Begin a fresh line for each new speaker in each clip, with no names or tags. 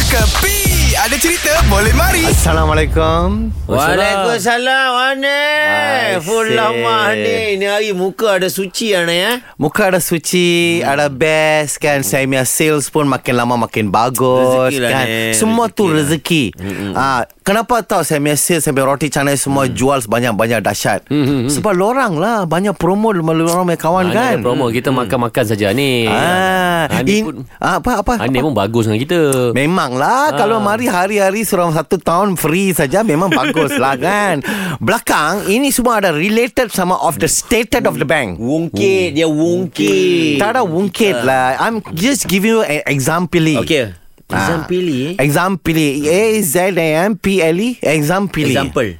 Kepi Ada cerita boleh mari
Assalamualaikum.
Waalaikumsalam Aneh Full
Asyik.
lama ni Ni hari muka ada suci Aneh eh
Muka ada suci, hmm. ada best kan. Saya punya sales pun makin lama makin bagus
Rezeki lah,
kan.
Nen.
Semua tu
Rezeki lah.
rezeki. Ah, kenapa tahu saya punya sales, saya punya roti canai semua jual sebanyak-banyak dahsyat. Sebab lorang lah banyak promo lorang punya kawan
Ah,
kan.
kan? promo kita makan-makan saja ni.
Ah,
Ani
in,
pun
ah, apa apa?
Ani
apa?
pun bagus dengan kita.
Memanglah ah. Kalau mari hari-hari Selama satu tahun Free saja Memang bagus lah kan Belakang Ini semua ada related Sama of the stated of the bank
Wungkit Dia wungkit
Tak ada wungkit lah I'm just giving you an example
Okay Azam Ah. pilih eh
Example A-Z-A-M-P-L-E Example
Example.
E.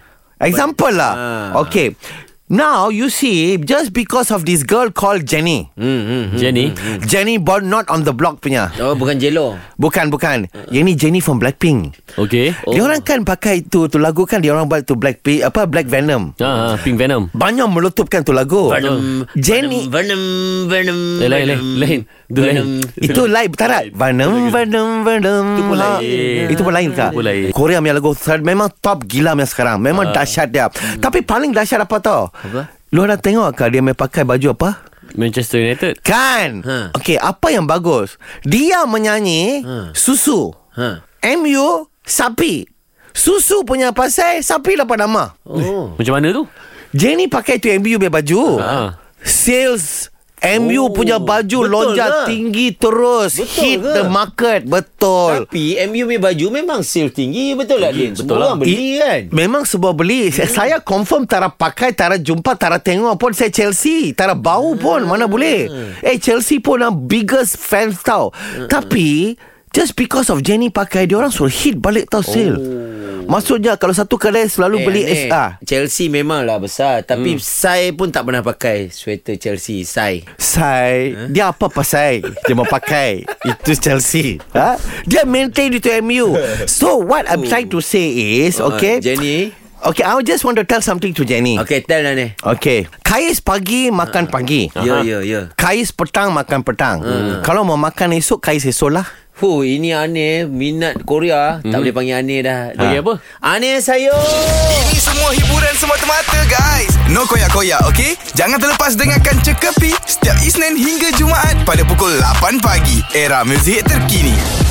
Example lah
Ah.
Okay Now you see Just because of this girl called Jenny
Hmm, Jenny.
Jenny born not on the block punya
Oh bukan jelo
Bukan bukan Ini Jenny from Blackpink
Okey.
oh. Dia orang kan pakai tu tu lagu kan dia orang buat tu Black apa Black Venom.
Ah, ah, Pink Venom.
Banyak melutupkan tu lagu.
Venom
Jenny
Venom Venom
Eh, lain, lain, lain. Itu lain.
Itu lain Betul tak Venom Venom Venom Itu
pun lain.
Itu pun lain kah
Itu pun lain.
Korea punya lagu Memang top gila punya sekarang Memang dahsyat dia Tapi paling dahsyat apa tau
Apa?
Lu ada tengok kah Dia main pakai baju apa
Manchester United.
Kan
Ha.
Okay apa yang bagus Dia menyanyi Susu
Ha.
MU Sapi Susu punya pasal Sapi dapat nama
Oh
Macam mana tu?
Jenny pakai tu MU punya baju. Ha.
Ah.
Sales MU
Oh,
punya baju
betul
lonjat
ke?
tinggi terus
Betul
hit
ke?
the market betul.
Tapi MU punya baju memang sale tinggi Betul tak Din Semua
lah.
orang beli kan
Memang sebuah beli hmm. Saya confirm Tara pakai Tara jumpa Tara tengok pun Saya Chelsea Tara bau
Hmm.
pun Mana boleh Eh Chelsea pun Yang biggest fans tau
Hmm.
Tapi Just because of Jenny pakai Dia orang suruh hit balik tau sale Maksudnya Kalau satu kedai Selalu beli
Oh. Eh,
ah,
aneh.
SR
Chelsea memanglah besar Tapi Sai pun tak pernah pakai Sweater Chelsea Sai
Sai
Eh?
huh? Dia apa pasal Dia mau pakai Itu Chelsea ha? Dia maintain itu MU So what I'm trying to say is Okay
Oh. uh, Jenny
Okay I just want to tell something to Jenny Okay,
Okay tell lah ni
okay. Kais pagi Makan pagi
Ya ya ya
Kais petang Makan petang
Uh.
Kalau mau makan esok Kais esok lah
Hu, ini Aneh minat Korea hmm. tak boleh panggil Aneh dah.
Mhm. Panggil apa?
Aneh sayur.
Ini semua hiburan semata-mata guys No koyak-koyak ok Jangan terlepas dengarkan Cekapi Setiap Isnin hingga Jumaat Pada pukul 8 pagi Era muzik terkini